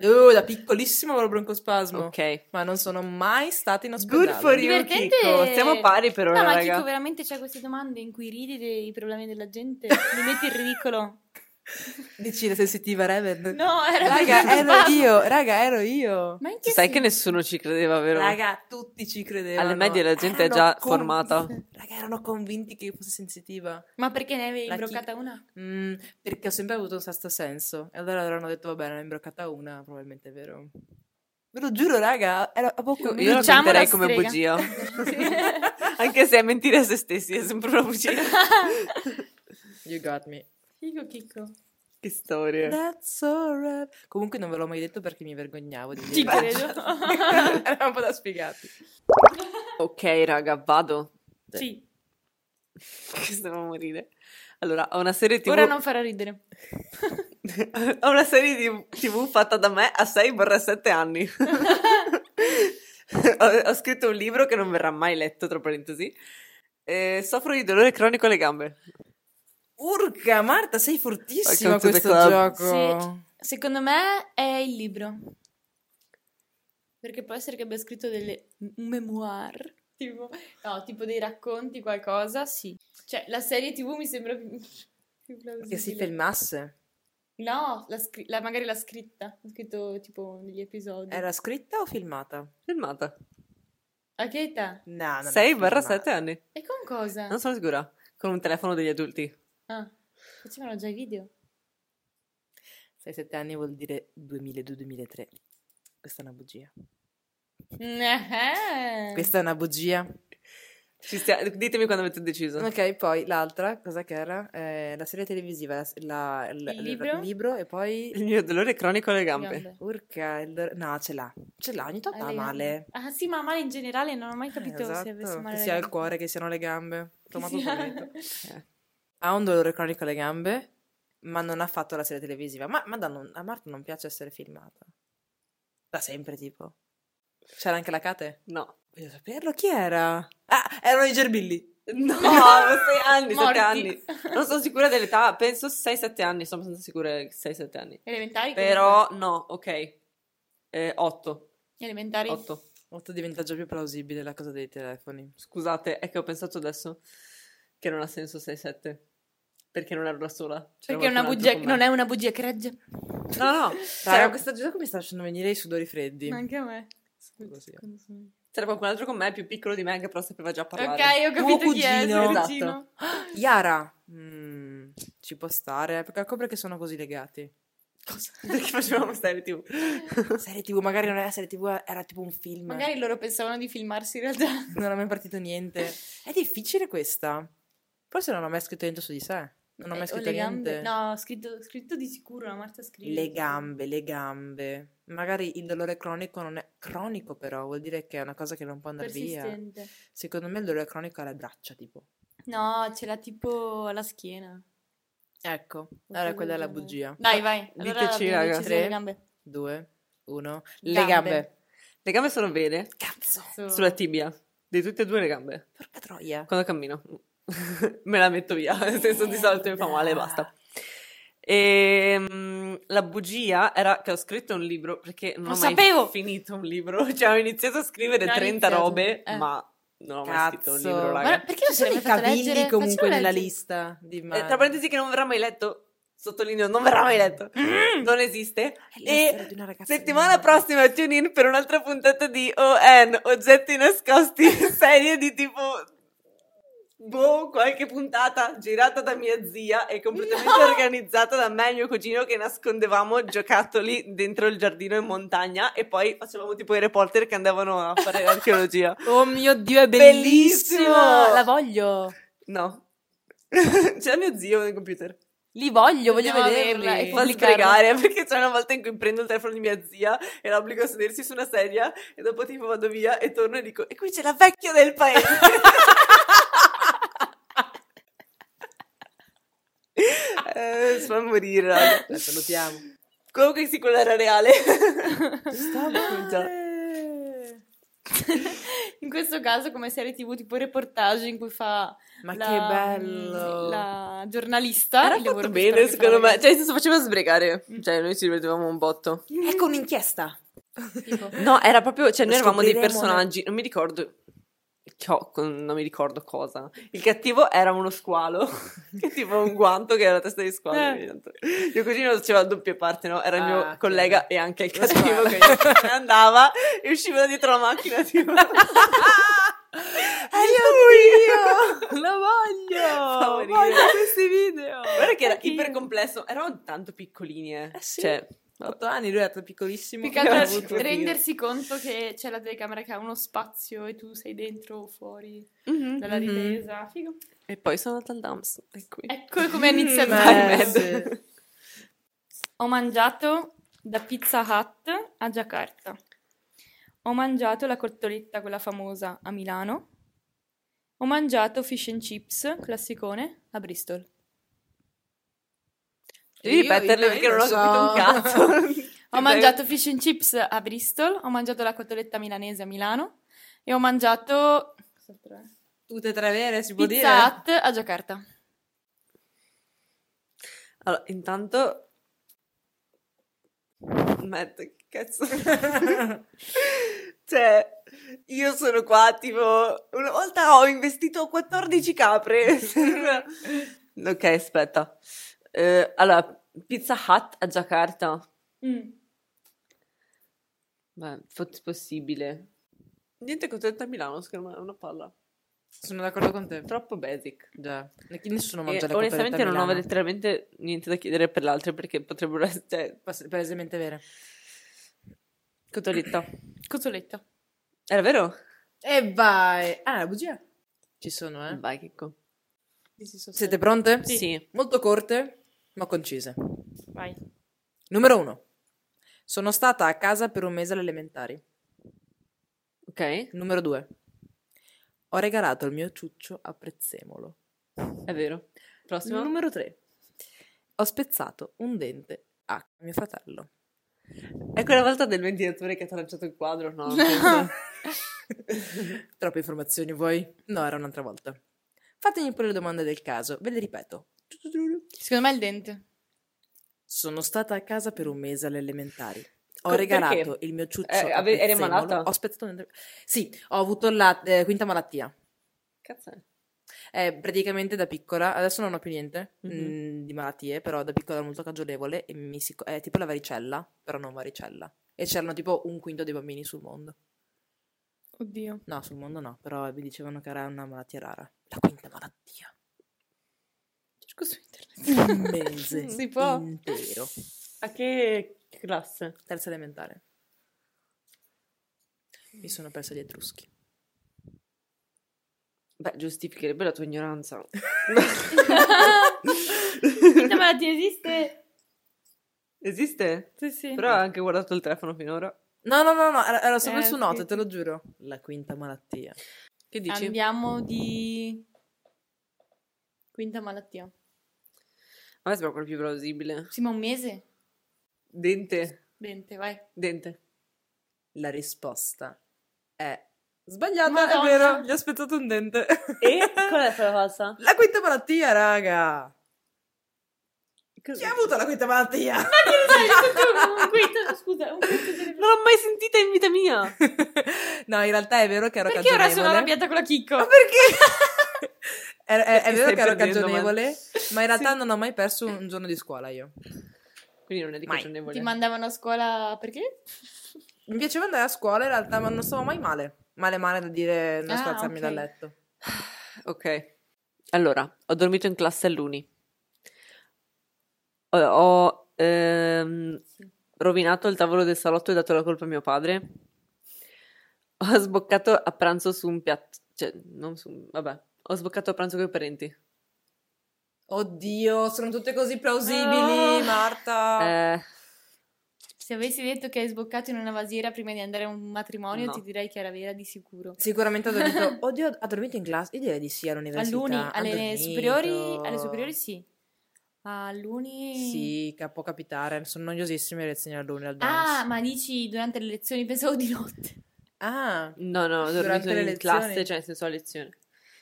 S3: so.
S5: oh, da piccolissimo avevo il broncospasmo.
S3: Ok.
S5: Ma non sono mai stata in ospedale.
S3: Good for you,
S4: Divertente.
S3: Chicco. Siamo pari per ora,
S4: no, ma
S3: raga.
S4: Chico, veramente c'è queste domande in cui ridi dei problemi della gente. Mi metti in
S3: *laughs*
S4: ridicolo.
S5: Dici la sensitiva Raven?
S4: No, era
S5: Raga,
S4: perché-
S5: ero io, raga, ero io.
S4: Ma in che
S3: Sai che
S4: senso?
S3: nessuno ci credeva, vero?
S5: Raga, tutti ci credevano.
S3: Alle medie la gente è
S5: Erano
S3: già
S5: con-
S3: formata.
S5: Raga, erano convinti che io fossi sensitiva.
S4: Ma perché ne avevi
S5: La
S4: imbroccata
S3: *laughs*
S4: una?
S5: Mm, perché ho sempre avuto un sesto senso. E allora loro hanno detto, vabbè, ne ho imbroccata una, probabilmente è vero. Ve lo giuro, raga, era a poco...
S3: Io, io la
S4: Diciamo
S3: conterei
S4: la
S3: come
S4: strega.
S3: bugia.
S4: *laughs*
S3: Anche se è mentire a se stessi, è sempre una bugia.
S5: You got me.
S4: Chico, Chico.
S3: che storia.
S5: That's so rap. Comunque non ve l'ho mai detto perché mi vergognavo
S3: *laughs*
S5: di
S4: Ci
S5: dire.
S4: credo.
S5: era un po' da sfigati.
S3: Ok, raga, vado. *laughs*
S4: sì.
S3: Stiamo a morire. Allora, ho una serie TV.
S4: Ora non farà ridere.
S3: *laughs* Ho una serie di TV fatta da me a 6-7
S4: *laughs*
S3: anni. ho, ho scritto un libro che non verrà mai letto, tra parentesi. Eh, soffro di dolore cronico alle gambe.
S5: Urca, Marta, sei fortissima a
S3: Welcome to the
S5: questo
S3: club.
S5: gioco.
S4: Secondo me è il libro. Perché può essere che abbia scritto delle un memoir, *laughs* tipo, no, tipo dei racconti, qualcosa, sì. Cioè, la serie TV mi sembra più, *laughs* più plausibile.
S5: Che si filmasse.
S4: No, la scri- la- magari l'ha scritta, ha scritto tipo negli episodi.
S5: Era scritta o filmata?
S3: Filmata.
S4: A che età?
S5: No, no,
S3: 6-7 anni.
S4: E con cosa?
S3: Non sono sicura. Con un telefono degli adulti.
S4: Ah, facevano già i video.
S5: 6-7 anni vuol dire 2002-2003. Questa è una bugia.
S4: Eh, eh.
S5: Questa è una bugia.
S3: Ci stia- Ditemi quando avete deciso.
S5: Ok, poi l'altra, cosa che era? Eh, la serie televisiva, la- la- l-
S4: Il libro?
S5: e poi...
S3: Il mio dolore cronico alle gambe.
S4: Gambe.
S5: Urca, il- no, ce l'ha. Ce l'ha, ogni tanto ha
S4: Alle
S5: male.
S4: gambe. Ah sì, ma male in generale non ho mai
S5: Eh,
S4: capito se avesse
S5: esatto,
S4: male.
S5: Che
S4: alle
S5: sia il
S4: gambe.
S5: cuore, che siano le gambe. Tomato
S4: sia- *laughs*
S5: Tomato.
S3: Eh.
S5: Ha un dolore cronico alle gambe, ma non ha fatto la serie televisiva. Ma, ma da non- a Marta non piace essere filmata. Da sempre, tipo. C'era anche la Kate?
S4: *laughs*
S3: No.
S5: Voglio saperlo, chi era? Ah, erano i gerbilli.
S3: No, 6 anni, 7
S4: Morti.
S3: anni. Non sono sicura dell'età, penso 6-7 anni, sono abbastanza sicura che 6-7 anni.
S4: Elementari
S3: Però no, ok. Eh, 8.
S4: comunque. Elementari.
S3: 8.
S5: Molto diventa già più plausibile la cosa dei telefoni.
S3: Scusate, è che ho pensato adesso che non ha senso 6-7. perché non ero da sola. C'era
S4: Perché è una
S3: qualcun altro
S4: bugia,
S3: con me.
S4: non è una bugia creggia.
S3: No, no,
S4: *laughs*
S5: Sara,
S3: c'era,
S5: questa cosa che mi sta facendo venire i sudori freddi.
S4: Ma anche a me.
S5: Così.
S4: Quando sono-
S3: c'era qualcun altro con me, più piccolo di me, che però sapeva già parlare.
S4: Ok, ho
S5: Tuo
S4: capito chi è,
S5: cugino.
S4: suo
S5: Esatto.
S4: cugino.
S5: Yara, mm, ci può stare, perché ecco perché sono così legati.
S3: Perché facevamo serie tv.
S5: Serie tv, magari non era serie tv, era tipo un film.
S4: Magari loro pensavano di filmarsi in realtà.
S5: Non è mai partito niente. È difficile questa. Forse non ho mai scritto niente su di sé. Non ho
S4: Eh,
S5: mai
S4: o
S5: scritto
S4: le gambe.
S5: niente.
S4: No, ho scritto, ho scritto di sicuro, la Marta scrive.
S5: Le gambe, le gambe. Magari il dolore cronico non è cronico, però vuol dire che è una cosa che non può andare via.
S4: Persistente.
S5: Secondo me il dolore cronico è alle braccia, tipo.
S4: No, ce l'ha tipo alla schiena.
S5: Ecco, allora quella è la bugia.
S4: Dai, vai.
S3: Diteci,
S4: la
S3: raga.
S4: bugia sulle
S5: Tre.
S4: gambe.
S5: Due, uno. Le
S4: Gambe.
S5: gambe.
S3: Le gambe sono bene
S5: Cazzo,
S4: Su-
S3: sulla tibia, di tutte e due le gambe.
S5: porca troia.
S3: Quando cammino *laughs* me la metto via, *laughs* nel senso di salto mi fa male e basta. Ehm, la bugia era che ho scritto un libro perché non
S4: Lo
S3: ho mai
S4: sapevo!
S3: finito un libro, *laughs* cioè ho iniziato a scrivere
S4: Non ho
S3: 30
S4: iniziato,
S3: robe,
S4: eh.
S3: ma non ho mai scritto un
S5: Cazzo.
S3: libro, raga.
S4: Ma perché
S5: Ci
S4: non se
S5: sono
S4: l'hai
S5: i
S4: fatta
S5: cavilli
S4: leggere?
S5: comunque
S4: Facciamo
S5: nella
S4: leggere.
S5: lista di
S3: Eh,
S5: Mario.
S3: tra parentesi che non verrà mai letto, sottolineo, non verrà mai letto, non esiste.
S5: È la storia
S3: E
S5: di una ragazza
S3: settimana
S5: di-
S3: prossima tune in per un'altra puntata di ON, oggetti nascosti, serie di tipo... Boh, qualche puntata girata da mia zia e completamente organizzata da me e mio cugino che nascondevamo giocattoli dentro il giardino in montagna e poi facevamo tipo i reporter che andavano a fare archeologia.
S5: Oh mio Dio, è
S3: Bellissimo!
S5: bellissimo!
S4: La voglio.
S3: No. *laughs* C'era mio zio nel computer.
S4: Li voglio, voglio
S5: Dobbiamo
S4: vederli.
S5: averla e
S4: e
S3: Fammi
S4: pubblicarlo.
S3: pregare *laughs* perché c'è una volta in cui prendo il telefono di mia zia e la obbligo a sedersi su una sedia e dopo tipo vado via e torno e dico e qui c'è la vecchia
S5: *laughs*
S3: del paese eh, si fa morire raga.
S5: La salutiamo.
S3: comunque sì quella era reale
S5: Sta
S3: Già.
S4: in questo caso, come serie tv, tipo reportage in cui fa
S5: Ma
S4: la- mm,
S5: che bello!
S4: la giornalista.
S3: era
S4: il lavoro
S3: fatto
S4: che spero
S3: bene
S4: che fa
S3: secondo
S4: la
S3: me cioè nel senso faceva sbregare cioè noi ci vedevamo un botto
S5: Ecco un'inchiesta! *laughs*
S4: Tipo,
S3: No, era proprio, cioè,
S5: Lo
S3: noi eravamo dei
S5: scopriremo
S3: personaggi, non mi ricordo. chio- con- non mi ricordo cosa. Il cattivo era
S5: *laughs*
S3: uno squalo, che tipo un guanto che era la testa di squalo.
S4: Eh.
S3: evidente. Mio cugino lo faceva a doppie parti, no? Era il mio
S5: Ah,
S3: collega
S5: chiaro.
S3: e anche il
S5: Lo squalo.
S3: cattivo che se ne andava e usciva da dietro la
S5: *laughs*
S3: macchina. Tipo. è *laughs* lui! *laughs*
S5: La voglio!
S3: Voglio
S5: questi video!
S3: Guarda che era iper complesso, eravamo tanto piccolini, eh.
S5: Eh sì.
S3: Cioè,
S5: 8 anni, lui era stato piccolissimo.
S4: più che altro
S3: Abbiamo avuto-
S4: rendersi conto che c'è la telecamera che ha uno spazio e tu sei dentro o fuori dalla
S5: Mhm.
S4: ripresa. Figo.
S3: E poi sono andata al Dams, e
S5: Eh,
S3: qui.
S4: Ecco come è iniziato.
S5: Mm,
S3: Vai,
S5: eh,
S3: Med.
S5: sì.
S4: Ho mangiato da Pizza Hut a Giacarta. Ho mangiato la cotoletta, quella famosa, a Milano. Ho mangiato fish and chips, classicone, a Bristol.
S3: Devi
S5: Io-
S3: ripeterle
S5: io-
S3: perché
S5: io
S3: non ho
S5: so.
S3: capito *laughs* un cazzo.
S4: Ho mangiato fish and chips a Bristol, ho mangiato la cotoletta milanese a Milano e ho mangiato cos'altro è?
S5: Tutte e tre vere, si può
S4: Pizza
S5: dire?
S4: Hut a Giacarta.
S3: Allora, intanto... Matt, che cazzo? *laughs* cioè, io sono qua, tipo... Una volta ho investito 14 capre. *laughs* ok, aspetta. Eh, allora, Pizza Hut a Giacarta.
S4: Mm.
S3: Beh, forse possibile. Niente contenta a Milano, secondo me è una palla.
S5: Sono d'accordo con te.
S3: Troppo basic.
S5: Già. Nessuno
S3: E
S5: mangia la
S3: onestamente
S5: cotoletta a
S3: non ho
S5: Milano.
S3: letteralmente niente da chiedere per l'altra perché potrebbero essere... Cioè,
S5: Pas- Palesemente vere.
S3: cotoletta.
S4: Cotoletta.
S3: Era vero?
S5: E vai! Ah, la bugia. Ci sono, eh?
S3: Vai, Chicco.
S5: Siete pronte?
S3: Mm. Sì.
S5: Molto corte, ma concise.
S4: Vai.
S5: Numero 1. Sono stata a casa per un mese alle elementari.
S3: Ok,
S5: Numero 2. Ho regalato il mio ciuccio a prezzemolo.
S3: è vero. Prossimo.
S5: Numero 3. Ho spezzato un dente a mio fratello.
S3: È quella volta del ventilatore che ha lanciato il quadro, *laughs* no?
S5: Troppe informazioni vuoi? No, era un'altra volta. Fatemi pure le domande del caso, ve le ripeto.
S4: Secondo me è il dente.
S5: Sono stata a casa per un mese alle elementari. Ho
S3: Co-
S5: regalato
S3: perché?
S5: il mio ciuccio
S3: Eh,
S5: a
S3: ave- eri
S5: prezzemolo.
S3: malata?
S5: Ho spezzato un dente. Sì, ho avuto la eh, quinta malattia.
S3: *laughs* Cazzo è?
S5: Eh, praticamente da piccola, adesso non ho più niente
S3: Mhm.
S5: mh, di malattie, però da piccola ero molto cagionevole e mi si... co- è tipo la varicella, però non varicella. E c'erano tipo un quinto dei bambini sul mondo.
S4: *laughs* Oddio.
S5: No, sul mondo no, però mi dicevano che era una malattia rara. La quinta malattia.
S3: *laughs*
S4: Cerco su internet.
S5: Un mese
S3: Si può?
S5: intero.
S3: A che classe?
S5: Terza elementare. Mi sono persa gli etruschi.
S3: Beh, giustificherebbe la tua ignoranza.
S4: Quinta malattia esiste?
S3: Esiste?
S4: Sì, sì.
S3: Però ho anche guardato il telefono finora.
S5: No, no, no, no, era, era sempre
S4: Eh,
S5: su note,
S4: sì.
S5: te lo giuro. La quinta malattia.
S3: Che dici?
S4: Andiamo di... Quinta malattia.
S3: A me sembra quello più plausibile.
S4: Sì, ma un mese?
S3: Dente,
S4: Dente, vai.
S3: dente.
S5: La risposta è sbagliata,
S4: Madonna.
S5: è vero, gli ho spezzato un dente.
S3: è la falsa?
S5: *laughs* La quinta malattia, raga! Chi ha
S3: *laughs*
S5: avuto la quinta malattia?
S4: un quinto, scusa, un quinto delle-
S3: Non l'ho mai sentita in vita mia.
S5: *laughs* no, in realtà è vero che ero
S4: Perché ora sono
S5: cagionevole.
S4: arrabbiata con la
S5: Ma
S4: Chicco?
S5: perché? *laughs* è, è- è
S3: Perché
S5: vero
S3: stai
S5: che ero
S3: perdendo,
S5: cagionevole, ma in realtà
S3: Sì.
S5: non ho mai perso un giorno di scuola io.
S3: Quindi non è di
S5: Mai.
S3: cagionevole.
S4: Ti mandavano a scuola perché?
S5: Mi piaceva andare a scuola in realtà, ma non stavo mai male. Male male da dire non
S4: Ah,
S5: spazzarmi
S4: ok.
S5: dal letto.
S3: *sighs* Ok. Allora, ho dormito in classe all'uni. Ho, ho, ehm, rovinato il tavolo del salotto e dato la colpa a mio padre. Ho sboccato a pranzo su un piatto. Cioè, non su un... Vabbè. Ho sboccato a pranzo con i parenti.
S5: Oddio, sono tutte così plausibili,
S4: plausibili,
S5: Marta.
S3: Eh,
S4: Se avessi detto che hai sboccato in una vasiera prima di andare a un matrimonio,
S3: No.
S4: ti direi che era vera di sicuro.
S5: Sicuramente ha
S4: *laughs*
S5: dormito. Oddio, ha dormito in classe? Io direi di sì all'università.
S4: All'uni,
S5: Ha
S4: alle
S5: dormito.
S4: superiori, alle superiori sì. All'uni...
S5: Sì, che può capitare. Sono noiosissime le lezioni all'uni al
S4: Ah,
S5: dance.
S4: ma dici durante le lezioni, pensavo
S5: *laughs*
S4: di notte.
S5: Ah,
S3: no, no, ho dormito
S5: Durante le
S3: in
S5: lezioni?
S3: classe, cioè, nel senso a lezione.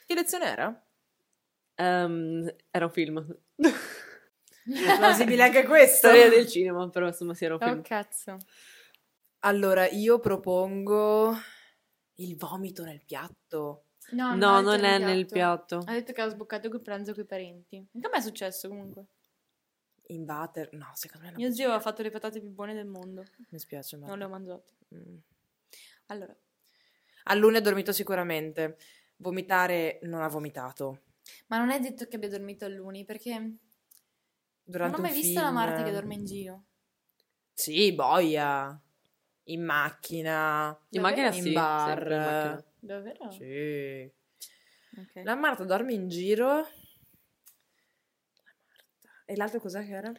S5: che lezione
S4: *laughs*
S5: era?
S3: Ehm, era un film.
S5: È plausibile *laughs* anche questo.
S3: Storia del cinema, però insomma sì, era un film.
S4: Oh, cazzo.
S5: Allora, io propongo il vomito nel piatto.
S4: Ah, No,
S3: No,
S4: altro
S3: non è nel piatto.
S4: Ha detto che ha sboccato quel pranzo con i parenti. Anche a me è successo comunque.
S5: In water. No, secondo me no.
S4: Mio zio aveva fatto le patate più buone del mondo.
S5: Mi spiace, ma...
S4: Non le ho mangiate.
S5: Mm.
S4: Allora,
S5: All'una ha dormito sicuramente. Vomitare non ha vomitato.
S4: ma non è detto che abbia dormito all'uni perché
S5: Durante
S4: non ho mai
S5: un
S4: visto la
S5: film-
S4: Marta che dorme in giro.
S5: Sì, boia. In macchina.
S3: In macchina
S5: in
S3: sì,
S5: bar.
S3: sempre in macchina.
S4: Davvero?
S5: Sì.
S4: Ok. *laughs*
S5: La Marta dorme in giro. La Marta. E l'altro cos'è che era?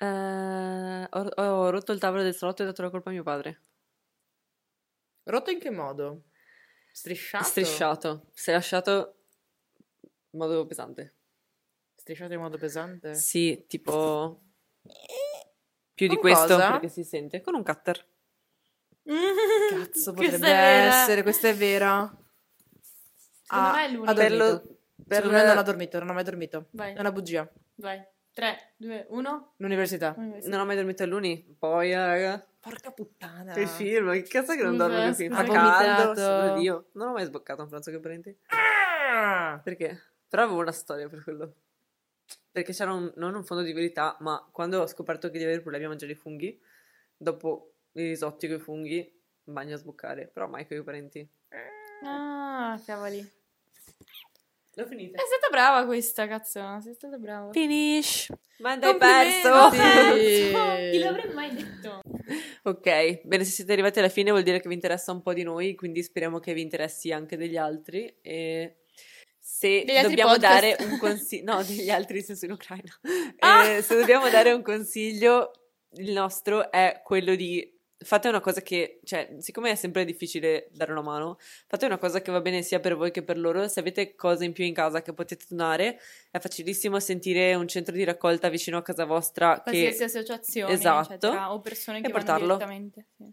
S3: Eh, ho, ho rotto il tavolo del salotto e ho dato la colpa a mio padre.
S5: Rotto in che modo? Strisciato?
S3: Strisciato. Si è lasciato in modo pesante.
S5: Strisciato in modo pesante?
S3: Sì, tipo... Più di
S5: Con
S3: questo,
S5: cosa?
S3: perché si sente. Con un cutter.
S5: Cazzo,
S4: Questa è
S5: potrebbe
S4: vera.
S5: essere, questa è vera.
S4: Secondo
S5: Ah,
S4: me è l'unica.
S5: ha dormito.
S3: Per lo- per-
S5: Secondo me non ha dormito, non ha mai dormito.
S4: Vai,
S5: È una bugia.
S4: vai. 3, 2, 1.
S5: L'università.
S3: Non ho mai dormito a luni. Poi, raga.
S5: Porca puttana.
S3: Che film, che cazzo che non
S4: Scusa,
S3: dormono qui? Fa
S4: scusa.
S5: Ha
S3: caldo,
S5: vomitato.
S3: solo Dio. Non ho mai sboccato un pranzo che parenti.
S5: Ah!
S3: Perché? Però avevo una storia per quello. Perché c'era un- non un fondo di verità, ma quando ho scoperto che di avere problemi a mangiare i funghi, dopo i risotti con i funghi, in bagno a sboccare, però mai con i parenti.
S4: Ah, cavoli. È
S3: L'ho finita.
S4: stata brava questa, cazzo. Sei stata brava.
S3: Finish! Ma dai,
S5: Complimenti!
S3: perso!
S5: Sì.
S4: Chi l'avrei mai detto?
S3: ok, bene, se siete arrivati alla fine vuol dire che vi interessa un po' di noi, quindi speriamo che vi interessi anche degli altri. E se
S4: Degli altri
S3: dobbiamo
S4: podcast.
S3: dare un consiglio... No, degli altri se sono in Ucraina.
S4: Ah!
S3: Eh, se dobbiamo dare un consiglio, il nostro è quello di fate una cosa che, cioè, siccome è sempre difficile dare una mano, fate una cosa che va bene sia per voi che per loro. Se avete cose in più in casa che potete donare, è facilissimo sentire un centro di raccolta vicino a casa vostra che
S4: Qualsiasi associazione,
S3: Esatto.
S4: eccetera, o persone
S3: E
S4: che vanno
S3: portarlo.
S4: direttamente. sì.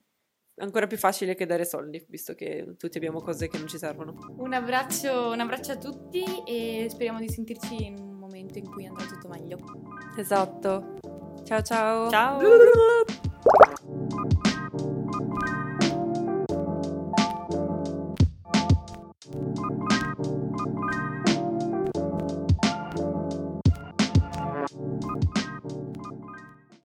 S3: è ancora più facile che dare soldi, visto che tutti abbiamo cose che non ci servono.
S4: Un abbraccio, un abbraccio a tutti e speriamo di sentirci in un momento in cui andrà tutto meglio.
S3: Esatto. Ciao ciao. *laughs*
S4: Ciao.
S3: Ciao.